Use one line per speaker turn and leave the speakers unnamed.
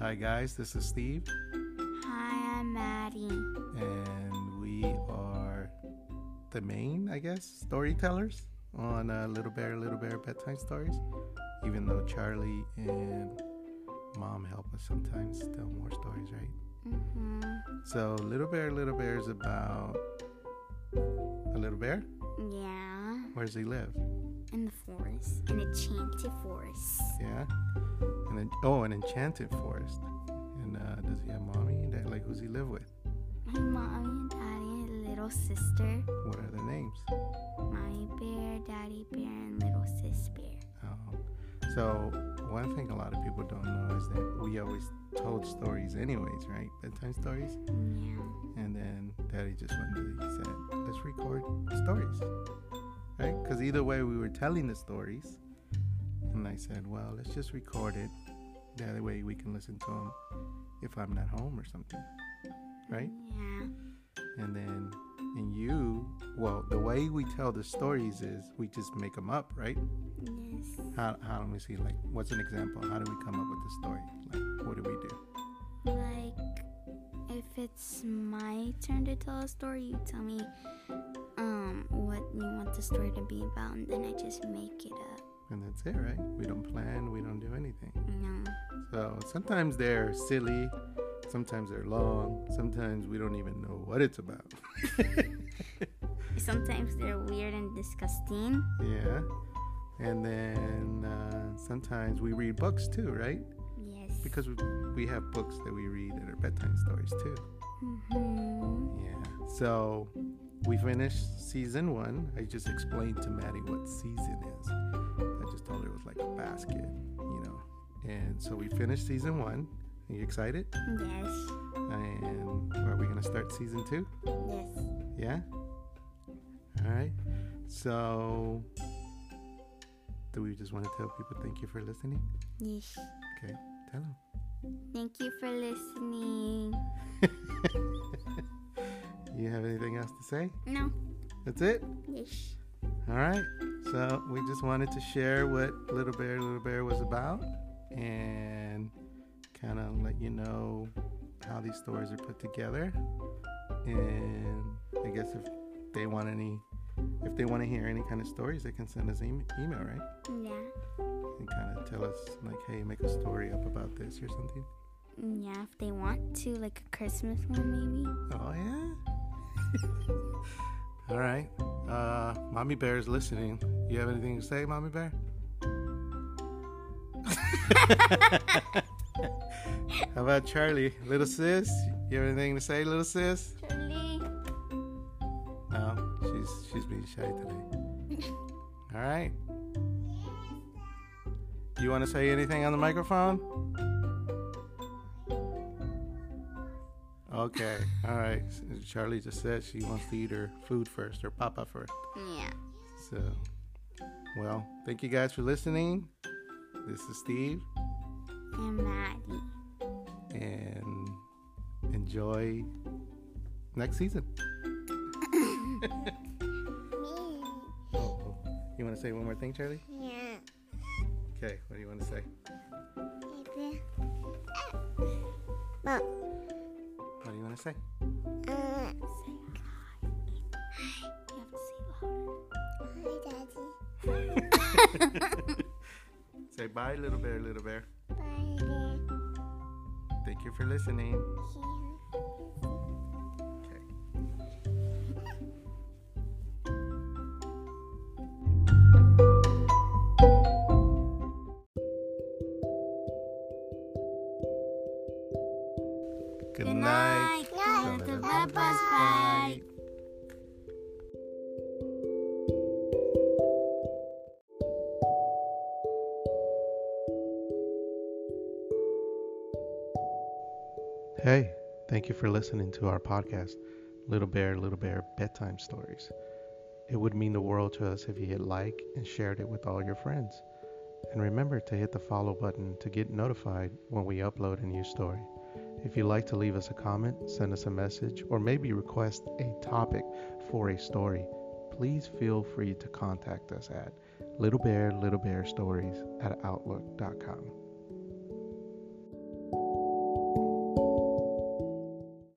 Hi, guys. This is Steve,
Hi, I'm Maddie.
and we are the main, I guess, storytellers on uh, Little Bear, Little Bear Bedtime Stories. Even though Charlie and Mom help us sometimes tell more stories, right?
Mm-hmm.
So, Little Bear, Little Bear is about a little bear.
Yeah,
Where does he live?
in the forest, in enchanted forest.
Yeah. And then, oh, an enchanted forest. And uh, does he have mommy and dad? Like, who's he live with?
My mommy and daddy, and little sister,
What are their names?
mommy bear, daddy bear, and little sis bear.
Um, so one thing a lot of people don't know is that we always told stories anyways, right? Bedtime stories.
Yeah.
And then Daddy just one day he said, "Let's record stories," right? Because either way, we were telling the stories. And I said, "Well, let's just record it. The other way we can listen to them if I'm not home or something, right?"
Yeah.
and then and you well the way we tell the stories is we just make them up right
Yes.
how, how do we see like what's an example how do we come up with the story like what do we do
Like, if it's my turn to tell a story, you tell me um what you want the story to be about, and then I just make it up.
and that's it right we don't plan we don't do anything
No.
so sometimes they're silly sometimes they're long sometimes we don't even know what it's about
Sometimes they're weird and disgusting.
yeah and then uh, sometimes we read books too right
Yes.
because we, we have books that we read that are bedtime stories too
hmm
Yeah. So we finished season one. I just explained to Maddie what season is. I just told her it was like a basket, you know. And so we finished season one. Are you excited?
Yes.
And are we gonna start season two?
Yes.
Yeah. All right. So do we just want to tell people thank you for listening?
Yes.
Okay, tell them.
Thank you for listening.
you have anything else to say?
No.
That's it.
Yes.
All right. So we just wanted to share what Little Bear Little Bear was about and kind of let you know how these stories are put together. And I guess if they want any, if they want to hear any kind of stories, they can send us em email, right?
Yeah.
And kind of tell us, like, hey, make a story up about this or something.
Yeah, if they want to, like a Christmas one, maybe.
Oh, yeah. All right. Uh, Mommy Bear is listening. You have anything to say, Mommy Bear? How about Charlie? Little sis? You have anything to say, little sis?
Charlie.
No, Oh, she's she's being shy today. All right. You want to say anything on the microphone? Okay. All right. Charlie just said she wants to eat her food first, her papa first.
Yeah.
So, well, thank you guys for listening. This is Steve,
And Maddie.
and enjoy next season.
Me.
Oh, you want to say one more thing, Charlie?
Yeah.
Okay. What do you want to say?
Baby.
What do you want to say?
Uh, say hi. You have to say louder. Hi, Daddy.
Say bye, little bear, little bear.
Bye, Daddy.
Thank you for listening. Okay. Good night.
Night.
Little
Bye.
Bye. Hey, thank you for listening to our podcast, Little Bear, Little Bear Bedtime Stories. It would mean the world to us if you hit like and shared it with all your friends. And remember to hit the follow button to get notified when we upload a new story. If you'd like to leave us a comment, send us a message, or maybe request a topic for a story, please feel free to contact us at littlebearlittlebearstories at outlook.com.